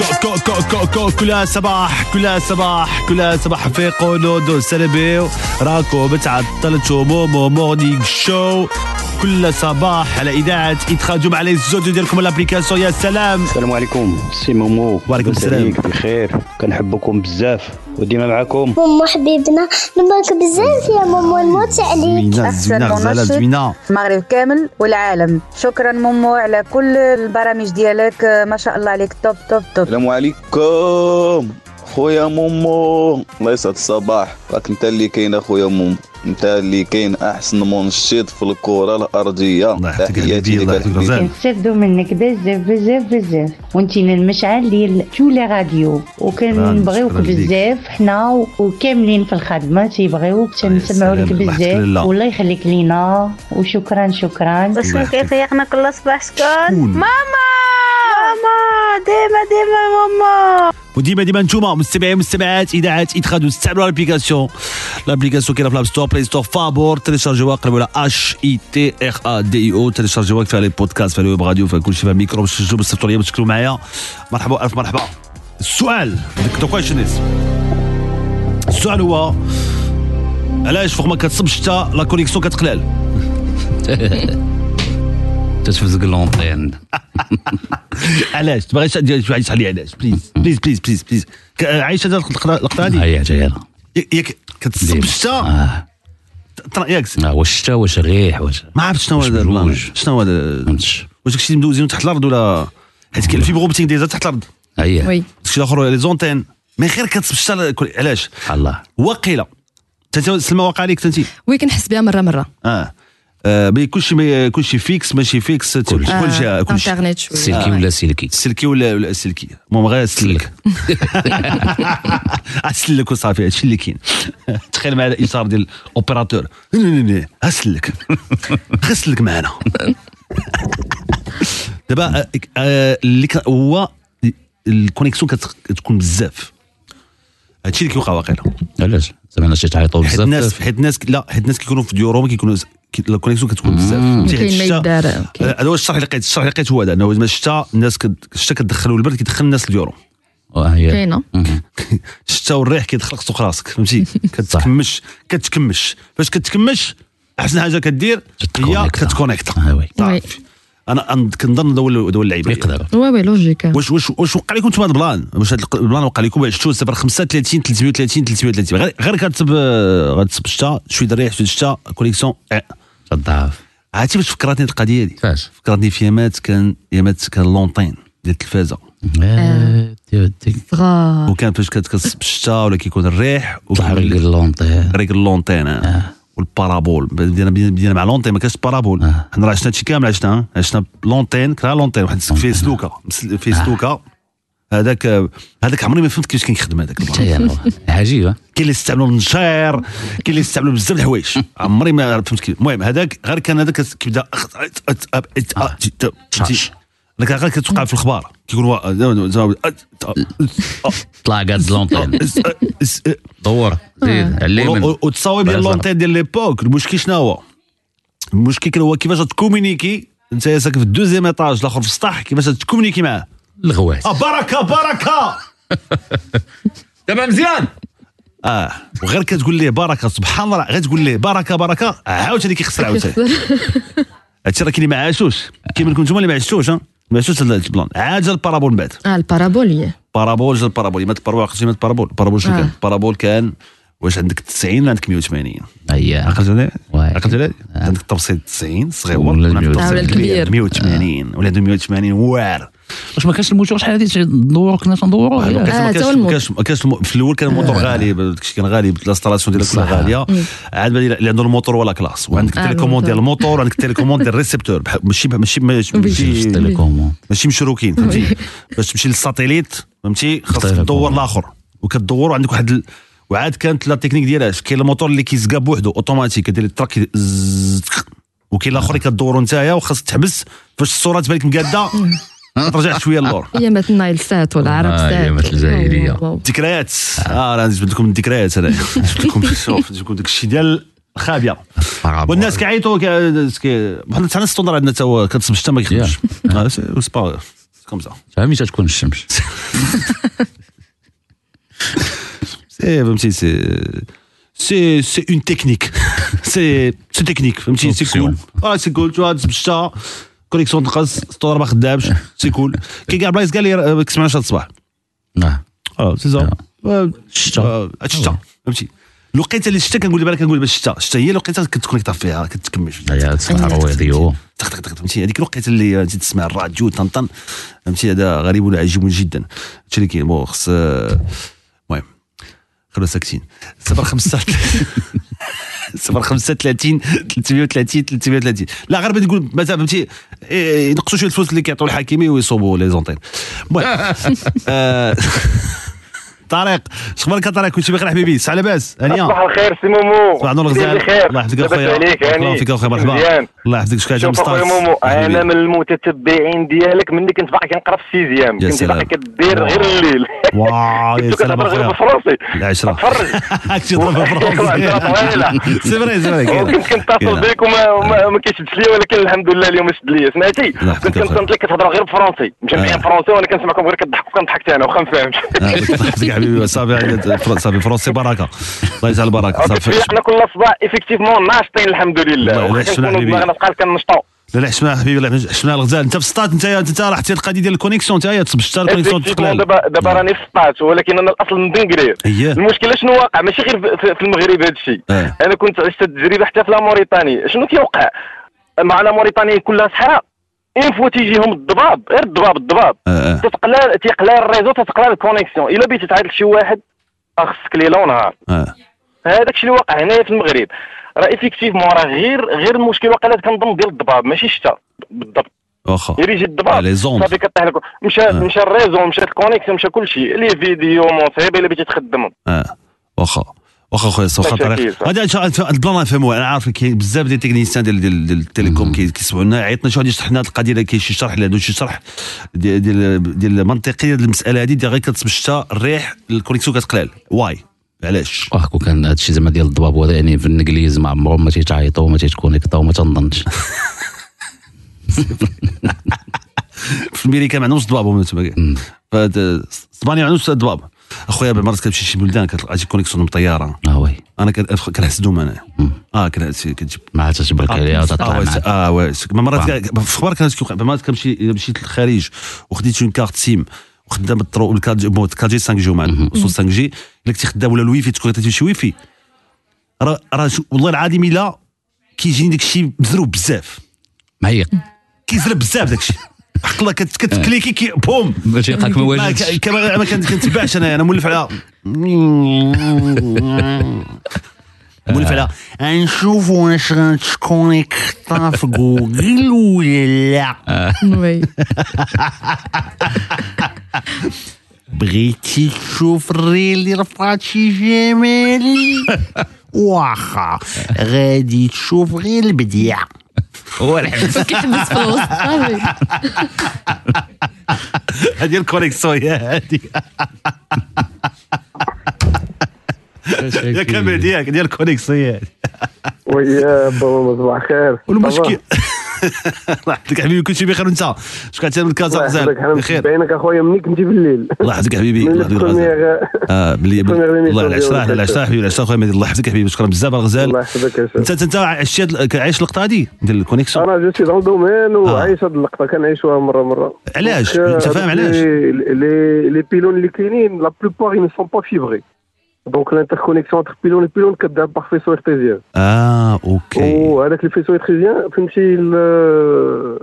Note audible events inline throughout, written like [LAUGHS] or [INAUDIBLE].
كو- كو- كو- كو- كل صباح كل صباح كل صباح فيقو نودو سلبي راكو بتعطل شومو مو مورنينغ شو كل صباح على اذاعه اتخاجوا مع لي زوديو ديالكم الابليكاسيون يا سلام السلام عليكم سي مومو وعليكم لاباس السلام. عليك بخير كنحبكم بزاف وديما معكم مومو حبيبنا نبارك بزاف يا مومو نموت عليك زوينه زوينه غزاله زوينه المغرب كامل والعالم شكرا مومو على كل البرامج ديالك ما شاء الله عليك توب توب توب السلام عليكم خويا مومو الله يسعد الصباح راك انت اللي كاين خويا مومو انت اللي كاين احسن منشط في الكره الارضيه الله يعطيك تحياتي لك العافيه الله يعطيك حبيبي. غزال كنستافدو منك بزاف بزاف بزاف وانتينا المشعل ديال تولي راديو وكنبغيوك شكراً ليك. بزاف حنا و- وكاملين في الخدمه تيبغيوك تنسمعوا يا لك سلام، الله يحفظك لله. بزاف والله يخليك لينا وشكرا شكرا الله شكون يحفظك. كيفيقنا كل صباح شكون شكون؟ ماما ماما ديما ديما ماما وديما ديما نتوما مستمعين ومستمعات اذاعه اتخاد وتستعملوا الابليكاسيون الابليكاسيون كاينه في الاب ستور بلاي ستور فابور تيليشارجيوها قلبوا على اش اي تي ار ا دي اي او تيليشارجيوها فيها لي بودكاست فيها الويب راديو فيها كلشي فيها ميكرو باش تسجلوا بالصيفطوا ليا باش تاكلوا معايا مرحبا الف مرحبا السؤال ذا كويشن از السؤال هو علاش فوق ما كتصب الشتا لا كونيكسيون كتقلال تتفزق لونتين علاش تبغي تشحال لي علاش بليز بليز بليز بليز بليز ك- عايشه هذه اللقطه اللقطة هذه هيا جايرة ياك كتصب ديما. الشتا اه ترى- ياك آه، واش الشتا واش الريح واش ما عرفت شنو هذا بروج. البلان. شنو هذا فهمتش واش داكشي اللي مدوزينو تحت الارض ولا حيت كاين الفيبر اوبتيك ديزا تحت الارض هيا وي داكشي الاخر لي زونتين من غير كتبشت على كل- علاش الله وقيله تنتي سلمى واقع عليك تنتي وي كنحس بها مره مره اه آه، بي كلشي ما- كلشي فيكس ماشي فيكس كلشي كلشي كلشي آه، انترنت شويه سلكي ولا سلكي سلكي ولا ولا سلكي المهم غير سلك [LAUGHS] اسلك وصافي هادشي اللي كاين تخيل مع الاشاره ديال الاوبيراتور ني ني ني اسلك [LAUGHS] غير سلك معنا دابا آه، آه، اللي كان- هو الكونيكسيون كتكون بزاف هادشي اللي كيوقع واقيلا علاش زعما شي تعيطوا حيت الناس بزاف حيت الناس لا حيت الناس كيكونوا في ديورهم كيكونوا كي- الكونيكسيون كتكون بزاف فهمتي؟ حيت كاين ما الشتا- آه، يدار، أوكي. هذا هو الشرح اللي لقيت الشرح اللي لقيت هو هذا انه زعما الشتا الناس كد- الشتا كتدخل والبرد كيدخل الناس لديورهم آه، هيا. كاينه مهم. الشتا والريح كيدخل خصك راسك فهمتي [LAUGHS] كتكمش كتكمش فاش كتكمش احسن حاجه كدير هي تتكونيكتا. كتكونيكتا آه، وي. صافي. انا أنا كنظن هذا هو ال- هذا هو اللعيب يقدر وي وي لوجيك واش واش واش وقع لكم تما هذا البلان واش هذا البلان وقع لكم واش شو 35 330 330 غير غير كتصب آه، غتصب الشتا شويه الريح شويه الشتا كونيكسيون آه. تضعف عرفتي باش فكرتني القضيه هذه كيفاش فكرتني في يامات كان يامات كان لونطين ديال التلفازه آه، تيوديك. صغار وكان فاش كتكسب الشتا ولا كيكون الريح طلع وكيكون [LAUGHS] رجل لونطين ريك اللونطين آه. والبارابول بدينا بدينا مع لونتين ما كانش بارابول حنا راه عشنا هادشي كامل عشنا آه. عشنا لونتين كرا لونتين آه. واحد فيه سلوكه مسل- فيه سلوكه هذاك هذاك عمري ما فهمت كيفاش كان يخدم هذاك عجيبه [LAUGHS] كاين اللي يستعملوا النشير كاين اللي يستعملوا بزاف د الحوايج عمري ما عرفت فهمت كيف المهم هذاك غير كان هذاك كيبدا أخ- أت- أت- أب- إت- أ- تي- ت- تي. هذاك غير كتوقع في الخبار كيقولوا آه، طلع قاد لونتين [LAUGHS] دور زيد، عليه من- وتصاوب ديال بلا لونتين ديال ليبوك المشكل شنو هو المشكل كان هو كيفاش تكومينيكي انت يا ساكن في الدوزيام ايطاج الاخر في السطح كيفاش تكومينيكي معاه الغوات اه بركه بركه دابا مزيان اه وغير كتقول ليه بركه سبحان الله غير تقول ليه بركه بركه عاوتاني كيخسر عاوتاني هادشي راه كاين اللي ما عاشوش كيما انكم نتوما اللي ما عشتوش ها ما عشتوش هاد البلان عاد جا البارابول من بعد اه البارابولية بارابول جا البارابول مات البارابول عقلتي مات البارابول البارابول شنو آه. كان البارابول كان واش عندك 90 ولا عندك 180 اي عقلت عليه عقلت عليه عندك التبسيط 90 صغير ولا عندك ولا التبسيط الكبير. كبير 180 ولا عنده 180 واعر واش ما كانش الموتور شحال هذه ندورو كنا تندورو ما كانش- ما كانش- ما كانش ما كانش الم- في الاول كان الموتور غالي داكشي كان غالي الانستالاسيون ديالها كلها بصح. غاليه مم. عاد بالي اللي عنده الموتور ولا كلاس وعندك آه، التليكوموند ديال الموتور وعندك التليكوموند ديال الريسبتور بح- ماشي ماشي ماشي ماشي التليكوموند. ماشي مشروكين فهمتي باش تمشي للساتيليت فهمتي خاصك تدور الاخر وكتدور وعندك واحد ال... وعاد كانت لا تكنيك ديالها كاين الموتور اللي كيزقى بوحدو اوتوماتيك كدير التراك زز- وكاين الاخر اللي كدورو نتايا وخاصك تحبس فاش الصوره تبان لك مقاده ترجع شويه للور هي مثل نايل سات ولا عرب سات ذكريات اه راه جبت لكم الذكريات انا جبت لكم شوف جبت لكم داك الشيء ديال الخابيه والناس كيعيطوا كا- كي- بحال حنا الستوندر عندنا تا هو كتصب الشتا ما كيخدمش آه، سي سي با سي كوم سا فهمي تكون الشمس سي فهمتي سي سي سي اون [LAUGHS] تكنيك سي سي تكنيك فهمتي سي كول اه سي كول تو تسب الشتا كونيكسيون تنقص الستوندر ما خدامش سي كول كي كاع بلايص كاع اللي راه ما كيسمعناش هاد الصباح نعم اه سي زون الشتا الشتا فهمتي الوقيته اللي الشتا كنقول بالك كنقول باش الشتا الشتا هي الوقيته اللي كتكونيكتا فيها كتكمل Ah, هي تسمع الراديو. تق تق تق فهمتي هذيك الوقيته اللي انت تسمع الراديو طنطن فهمتي هذا غريب ولا عجيب جدا هادشي اللي كاين بون خص المهم خلونا ساكتين [LAUGHS] 035 صفر 35 330 330 لا غير بدي تقول مثلا فهمتي إيه، ينقصوا شويه الفلوس اللي كيعطوا الحكيمي ويصوبوا لي زونتين [LAUGHS] المهم آه، [LAUGHS] طارق اش اخبارك يا طارق كلشي بخير حبيبي صح لاباس هانيه صباح الخير سي مومو صباح نور مساء غزال الخير الله يحفظك لاباس اخويا عليك الله هاني يحفظك اخويا مرحبا مزيان الله يحفظك شكون شوف اخويا مومو انا من المتتبعين ديالك مني كنت باقي كنقرا في السيزيام يا كنت سلام. آه. باقي كدير غير الليل واو يا كنت سلام كتهضر غير اخويا بالفرنسي العشرة [LAUGHS] تفرج [LAUGHS] تهضر [LAUGHS] بالفرنسي سي فري، سي فري. وكنت كنتصل بك وما وما- ما كيشدش ليا ولكن الحمد لله اليوم شد ليا سمعتي كنت كنصنت لك كتهضروا غير بالفرنسي مجمعين فرنسي وانا كنسمعكم غير كضحكوا كنضحك انا واخا ما فاهمش آه، الله يحفظك حبيبي صافي فر- صافي فرنسي بركه الله يجعل بركه صافي حنا كل صباح افيكتيفمون ناشطين الحمد لله الله يحسن وكنكونوا حبيبي. دماغنا بقال كنشطوا لا لا حشمنا حبيبي الله حشمنا الغزال انت في السطات انت انت راه حتى القضيه ديال الكونيكسيون انت هي تبشت الكونيكسيون آه. Effectivement، تقلال إيه، دابا دابا راني في السطات ولكن انا الاصل من دنقرير إيه. المشكله شنو واقع ماشي غير في- في المغرب هذا الشيء آه. انا كنت عشت التجربه حتى في لا موريتاني شنو كيوقع مع لا موريتاني كلها صحراء اون فوا تيجيهم الضباب غير الضباب الضباب تتقلال تيقلال الريزو تتقلال الكونيكسيون الا بغيتي تعيط لشي واحد راه خصك ليله ونهار آه، هذاك الشيء اللي واقع هنايا في المغرب راه ايفيكتيفمون راه غير غير المشكل واقع كنظن ديال الضباب ماشي الشتاء بالضبط واخا يريج الضباب لي زوند. صافي كطيح لك مشى آه. مشى الريزو مشات الكونيكسيون مشى كلشي لي فيديو مونتيبي اللي بغيتي تخدمهم اه واخا واخا خويا واخا ماشي طريق أكيد. هذا هذا- هذا البلان نفهموه انا عارف كاين بزاف ديال التكنيسيان ديال ديال ديال التليكوم كي- كيسمعوا لنا عيطنا شي واحد يشرح لنا هاد القضيه اللي كاين شي شرح لهادو شي شرح ديال ديال ديال المنطقيه ديال المساله هذه ديال غير كتصب الشتا الريح الكونيكسيون كتقلال واي علاش واه كون كان هادشي زعما ديال الضباب وهذا يعني في الانجليز ما عمرهم ما تيتعيطوا ما تيتكونيكطاو ما تنظنش في الميريكا ما عندهمش الضباب هما تما كاع. فهاد- اسبانيا ما عندهمش الضباب اخويا مرات كتمشي شي بلدان كتلقى شي كونيكسيون مطياره اه وي انا كت- كنحسدهم انا اه كنحس كتجيب مع تجبرك عليها اه وتطلع وي معاك اه وي ما مرات طعم. كاع- في خبرك انا شكون- مرات كنمشي الا مشيت للخارج وخديت اون كارت سيم وخدام الطرو الكاج بون كاجي 5 جي ومع وصول 5 جي الا كنتي خدام ولا الويفي تكون كتمشي شي ويفي راه راه شو- والله العظيم الا كيجيني داك الشيء مزروب بزاف معيق كيزرب بزاف داك الشيء [LAUGHS] حق الله كت- كتكليكي كي بوم ما [LAUGHS] تيلقاك ما واجدش. ك- كما- ما كنت- كنتبعش انا انا مولف على مولف على غنشوفوا واش غتكون يكطا في جوجل ولا لا وي [LAUGHS] بغيتي تشوف الريل اللي رفعت شي جمالي واخا غادي تشوف غير البديع هو الحبس كيحبس في الوسط صافي. هذه الكونيكسيون يا هذه يا كمال ياك ديال الكونيكسيون وي بابا صباح الخير [LAUGHS] والمشكل الله يحفظك حبيبي كلشي بخير وانت شكون عاد من كازا غزال بخير بخير باينك اخويا مني كنتي بالليل الله يحفظك حبيبي من الله يحفظك غزال البروميير- اه بلي بلي- البروميير ليميسيون الله العشره ديالك. العشره حبيبي العشره خويا مهدي الله يحفظك حبيبي شكرا بزاف غزال الله يحفظك يا انت شيخ. انت أنت عشت هاد- عايش اللقطه هذه ديال الكونيكسيون انا جو سي دون دومين آه. وعايش هاد اللقطه كنعيشوها مره مره علاش؟ دونك، أنت فاهم هادوك علاش؟ لي- لي لي بيلون اللي كاينين لا بلوبار ils ne sont pas fibrés دونك الانتركونيكسيون انتر بيلون وبيلون كدار باغ فيسو ارتيزيان اه اوكي وهذاك الفيسو ارتيزيان فهمتي ال-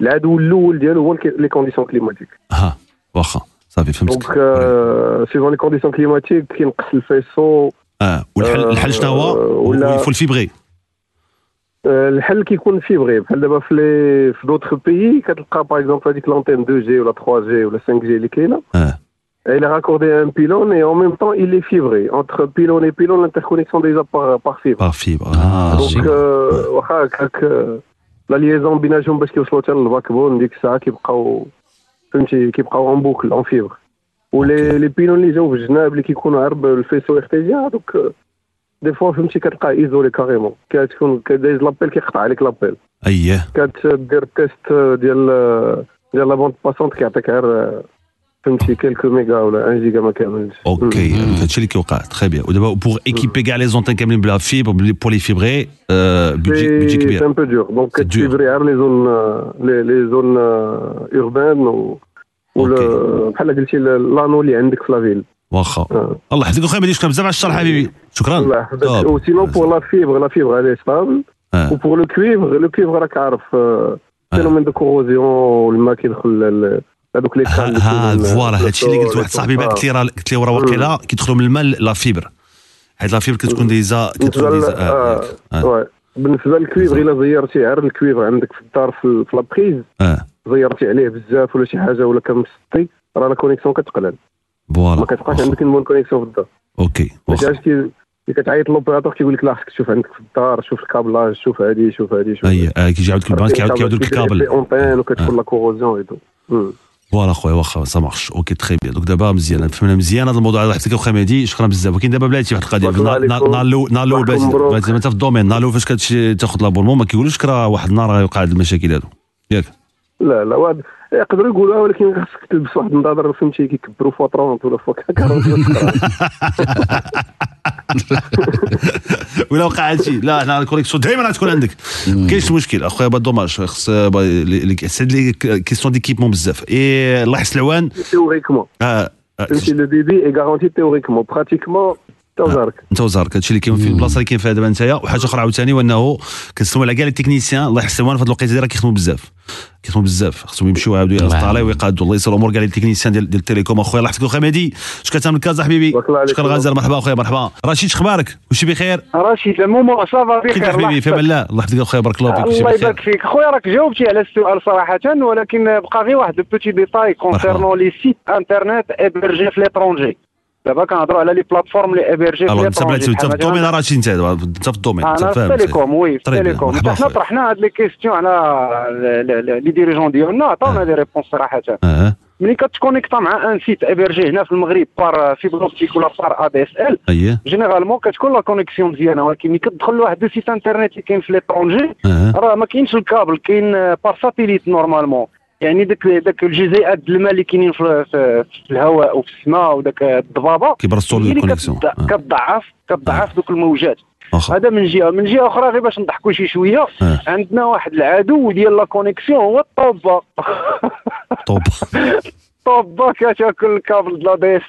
العدو الاول ديالو هو الك- لي كونديسيون كليماتيك ها واخا صافي فهمتك دونك سيفون لي كونديسيون كليماتيك كينقص الفيسو اه والحل آه، الحل شنو هو؟ ولا- ولا الفيبغي آه، الحل كيكون فيبغي بحال دابا في لي في دوطخ بيي كتلقى باغ اكزومبل هذيك لونتين 2 جي ولا 3 جي ولا 5 جي اللي كاينه آه، Elle est raccordée à un pylône et en même temps il est fibré. Entre pylône et pylône, l'interconnexion déjà par, par fibre. باغ فيبر اه Donc, euh, واخا هكاك آه، لا ليزون بيناتهم باش كيوصلوا حتى للباك بون ديك الساعه كيبقاو فهمتي كيبقاو اون بوكل اون فيبر ولي لي بيلون اللي جاو في الجناب اللي كيكونوا عرب الفيسو ارتيزيا هذوك آه، دي فوا فهمتي كتلقاه ايزولي كاريمون كتكون كدايز لابيل كيقطع عليك لابيل اييه كتدير تيست ديال ديال لا بوند باسونت كيعطيك غير فهمتي كيلكو ميغا ولا 1 جيجا ما كاملش اوكي هادشي اللي كيوقع تخي بيان ودابا بوغ ايكيبي كاع لي زونتين كاملين بلا فيبر بلي- بور لي فيبري آه، بيجي بيجي سي كبير ان بو دور دونك C'est dur. كتبري غير لي زون لي لي زون اوربان و ولا بحال قلتي لانو اللي عندك في لافيل واخا الله يحفظك اخويا مهدي شكرا بزاف على الشرح حبيبي شكرا الله ah, يحفظك و سينو بور لا فيبر لا فيبر هذه ستابل آه. و بور لو كويفر لو كويفر راك عارف euh, Ah. فينومين دو كوروزيون والماء كيدخل ال- هذوك لي كان اللي ها كاينين- فوالا Ah, هادشي اللي قلت واحد صاحبي بعث لي آه. راه قلت لي راه واقيلا كيدخلوا من الماء لا فيبر حيت لا فيبر كتكون ديزا بالنسبه كتكون لل- ديزا آه، آه، واه. بالنسبه للكويفر الا زيرتي غير الكويفر عندك في الدار في في لابريز اه زيرتي عليه بزاف ولا شي حاجه ولا كمسطي راه لا كونيكسيون كتقلل فوالا ما كتبقاش عندك البون كونيكسيون في الدار اوكي ماشي علاش كي اللي كتعيط لوبيراتور كيقول لك لا خصك تشوف عندك في الدار شوف الكابلاج شوف هادي شوف هادي شوف اي آه، كيجي عاود البنات كيعاود كيعاودوا لك في الكابل اونتين وكتكون آه. لا كوروزيون ايتو فوالا خويا واخا سا مارش اوكي تخي بيان دونك دابا مزيان فهمنا مزيان هذا الموضوع الله يحفظك اخويا مهدي شكرا بزاف ولكن دابا بلاتي واحد القضيه الله نار- نار- عليكم. نار الاول نار الاول بلاتي مبروك. بلاتي زعما انت في الدومين نار الاول فاش كتمشي تاخذ لابورمون ما كيقولوش لك راه واحد النهار غيوقع هاد المشاكل هادو ياك [LAUGHS] لا لا واد يقدروا يقولوها ولكن خاصك تلبس واحد النظاره فهمتي كيكبروا فوا 30 ولا فوا [LAUGHS] [LAUGHS] 40 ولا وقع هادشي لا حنا الكونيكسيون دائما غتكون عندك كاينش المشكل اخويا با دوماج خص با- لي- لي- هاد لي كيستيون ديكيبمون بزاف اي الله يحس العوان تيوريكمون اه آه، فهمتي لو بيبي اي غارونتي تيوريكمون براتيكمون حتى وزارك انت وزارك هادشي اللي كاين في البلاصه اللي كاين فيها دابا انت وحاجه اخرى عاوتاني هو انه كنسلموا على كاع لي تكنيسيان الله يحسن في هاد الوقيته هادي راه كيخدموا بزاف كيخدموا بزاف خصهم يمشيو يعاودوا يرجعوا الطالي ويقادوا الله يسر الامور كاع لي تكنيسيان ديال ديال التيليكوم اخويا الله يحفظك اخويا مهدي شكرا من كازا حبيبي شكرا غزال مرحبا اخويا مرحبا رشيد اخبارك وشي بخير رشيد مومو صافا كيف بخير الله حبيبي في يحفظك. امان الله الله يحفظك اخويا بارك الله فيك وشي الله بخير يبارك فيك خويا راك جاوبتي على السؤال صراحه ولكن بقى غير واحد بوتي ديتاي كونسيرنون لي سيت انترنت ابرجي في ليترونجي دابا كنهضروا على لي بلاتفورم لي ابرجي في الو انت ليترونجي بلاتي انت في بحال الدومين مثلاً- رشيد انت دابا، انت في الدومين انت انا في فاهم التيليكوم وي في طري بيان، التيليكوم مرحبا حتى حنا اخويا طرحنا هاد لي كيستيون على ال- ال- ال- لي ديريجون ديالنا عطاونا دي ريبونس صراحه اه ملي كتكونيكتا مع ان سيت ابرجي هنا في المغرب euh, بار فيبر اوبتيك ولا بار ا دي اس ال اييه جينيرالمون كتكون لا كونيكسيون مزيانه ولكن ملي كتدخل لواحد لو سيت انترنت اللي كاين في ليترونجي أه. راه ما كاينش الكابل كاين آه، بار ساتيليت نورمالمون يعني داك داك الجزيئات د الماء اللي كاينين في, في, في الهواء وفي السماء وداك الضبابه كيبرصوا هي اللي الكونيكسيون. آه. كتض- كتضعف كتضعف دوك الموجات أه، هذا من جهه من جهه اخرى غير باش نضحكوا شي شويه عندنا واحد العدو ديال لا كونيكسيون هو [LAUGHS] الطوبه [LAUGHS] الطوبه كتاكل الكابل د لا دي اس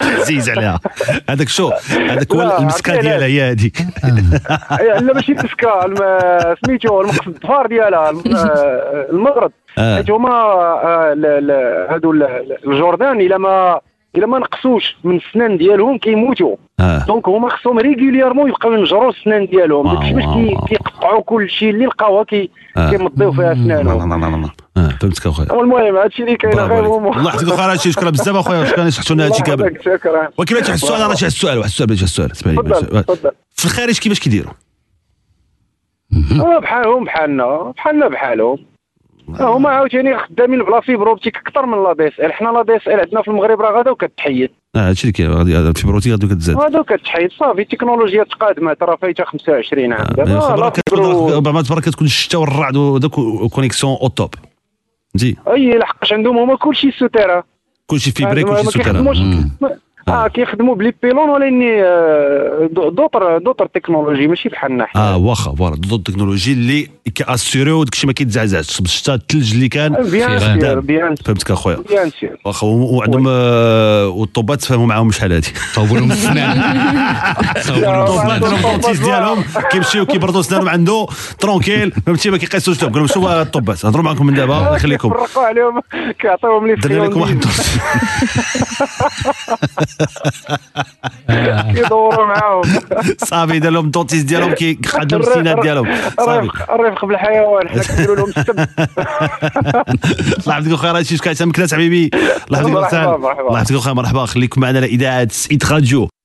عزيز عليها هذاك شو لا، هذاك هو عرفتي المسكه علاش؟ ديالها هي هذيك إيه، لا ماشي تسكا الم- سميتو المقصد الظفار ديالها [LAUGHS] الم- آه، المغرب آه. حيت هما آه، ل- ل- هادو ال- ال- الجردان الا ما الا ما نقصوش من السنان ديالهم كيموتوا آه. دونك هما خصهم ريغوليرمون يبقاو ينجروا السنان ديالهم ما كيفاش كي- كيقطعوا كل شيء اللي لقاوها كي آه. كيمضيو فيها لا سنانهم لا لا لا آه، فهمتك اخويا المهم هادشي اللي كاين برافو غير عليك. هما الله يحفظك اخويا راه هادشي شكرا بزاف اخويا شكرا شحتوا لنا هادشي كامل شكرا ولكن باش واحد السؤال راه شي واحد السؤال واحد السؤال باش واحد السؤال اسمعني تفضل، واحد السؤال. في الخارج كيفاش كيديروا آه، بحالهم بحالنا بحالنا بحالهم آه، هما عاوتاني خدامين بلا فيبر اوبتيك اكثر من لا دي اس ال حنا لا دي اس ال عندنا في المغرب راه غدا وكتحيد اه هادشي اللي كاين غادي غادي- في بروتي غادي كتزاد غدا وكتحيد صافي التكنولوجيا تقادمه ترى فايتها 25 عام دابا آه، لا خبرك فيبر كتكون و- بعض المرات كتكون الشتاء والرعد وداك كونيكسيون او توب فهمتي اي لحقاش عندهم هما كلشي سوتيرا كلشي فيبري آه، ما- كلشي ما سوتيرا كيخدموش- مم. ما- آه. اه كيخدموا بلي بيلون ولا اني آه، دو- دوطر دوطر تكنولوجي ماشي بحالنا حنا اه واخا فوالا ضد التكنولوجي اللي كاسيريو وداك الشيء ما كيتزعزعش بالشتا الثلج اللي كان بيان خدام. سير، بيان فهمتك اخويا بيان سير واخا هو- وعندهم آه، والطوبات تفاهموا معاهم شحال هادي صوبوا لهم الطوبات لهم الدونتيست ديالهم كيمشيو كيبردوا سنانهم عنده ترونكيل فهمتي ما كيقيسوش لهم قال لهم شوفوا هاد الطوبات هضروا معكم من دابا الله يخليكم فرقوا آه، عليهم [LAUGHS] كيعطيوهم لي درنا لكم واحد [LAUGHS] كيدوروا معاهم صافي دار لهم الدونتيست ديالهم كيخدم السينات ديالهم صافي الرفق الرفق بالحيوان حنا كنديروا لهم [LAUGHS] السب الله يحفظك اخويا راه شي شكاية مكناس حبيبي الله يحفظك مرحبا، أختان. مرحبا. الله يحفظك اخويا مرحبا خليكم معنا على اذاعه سيد راديو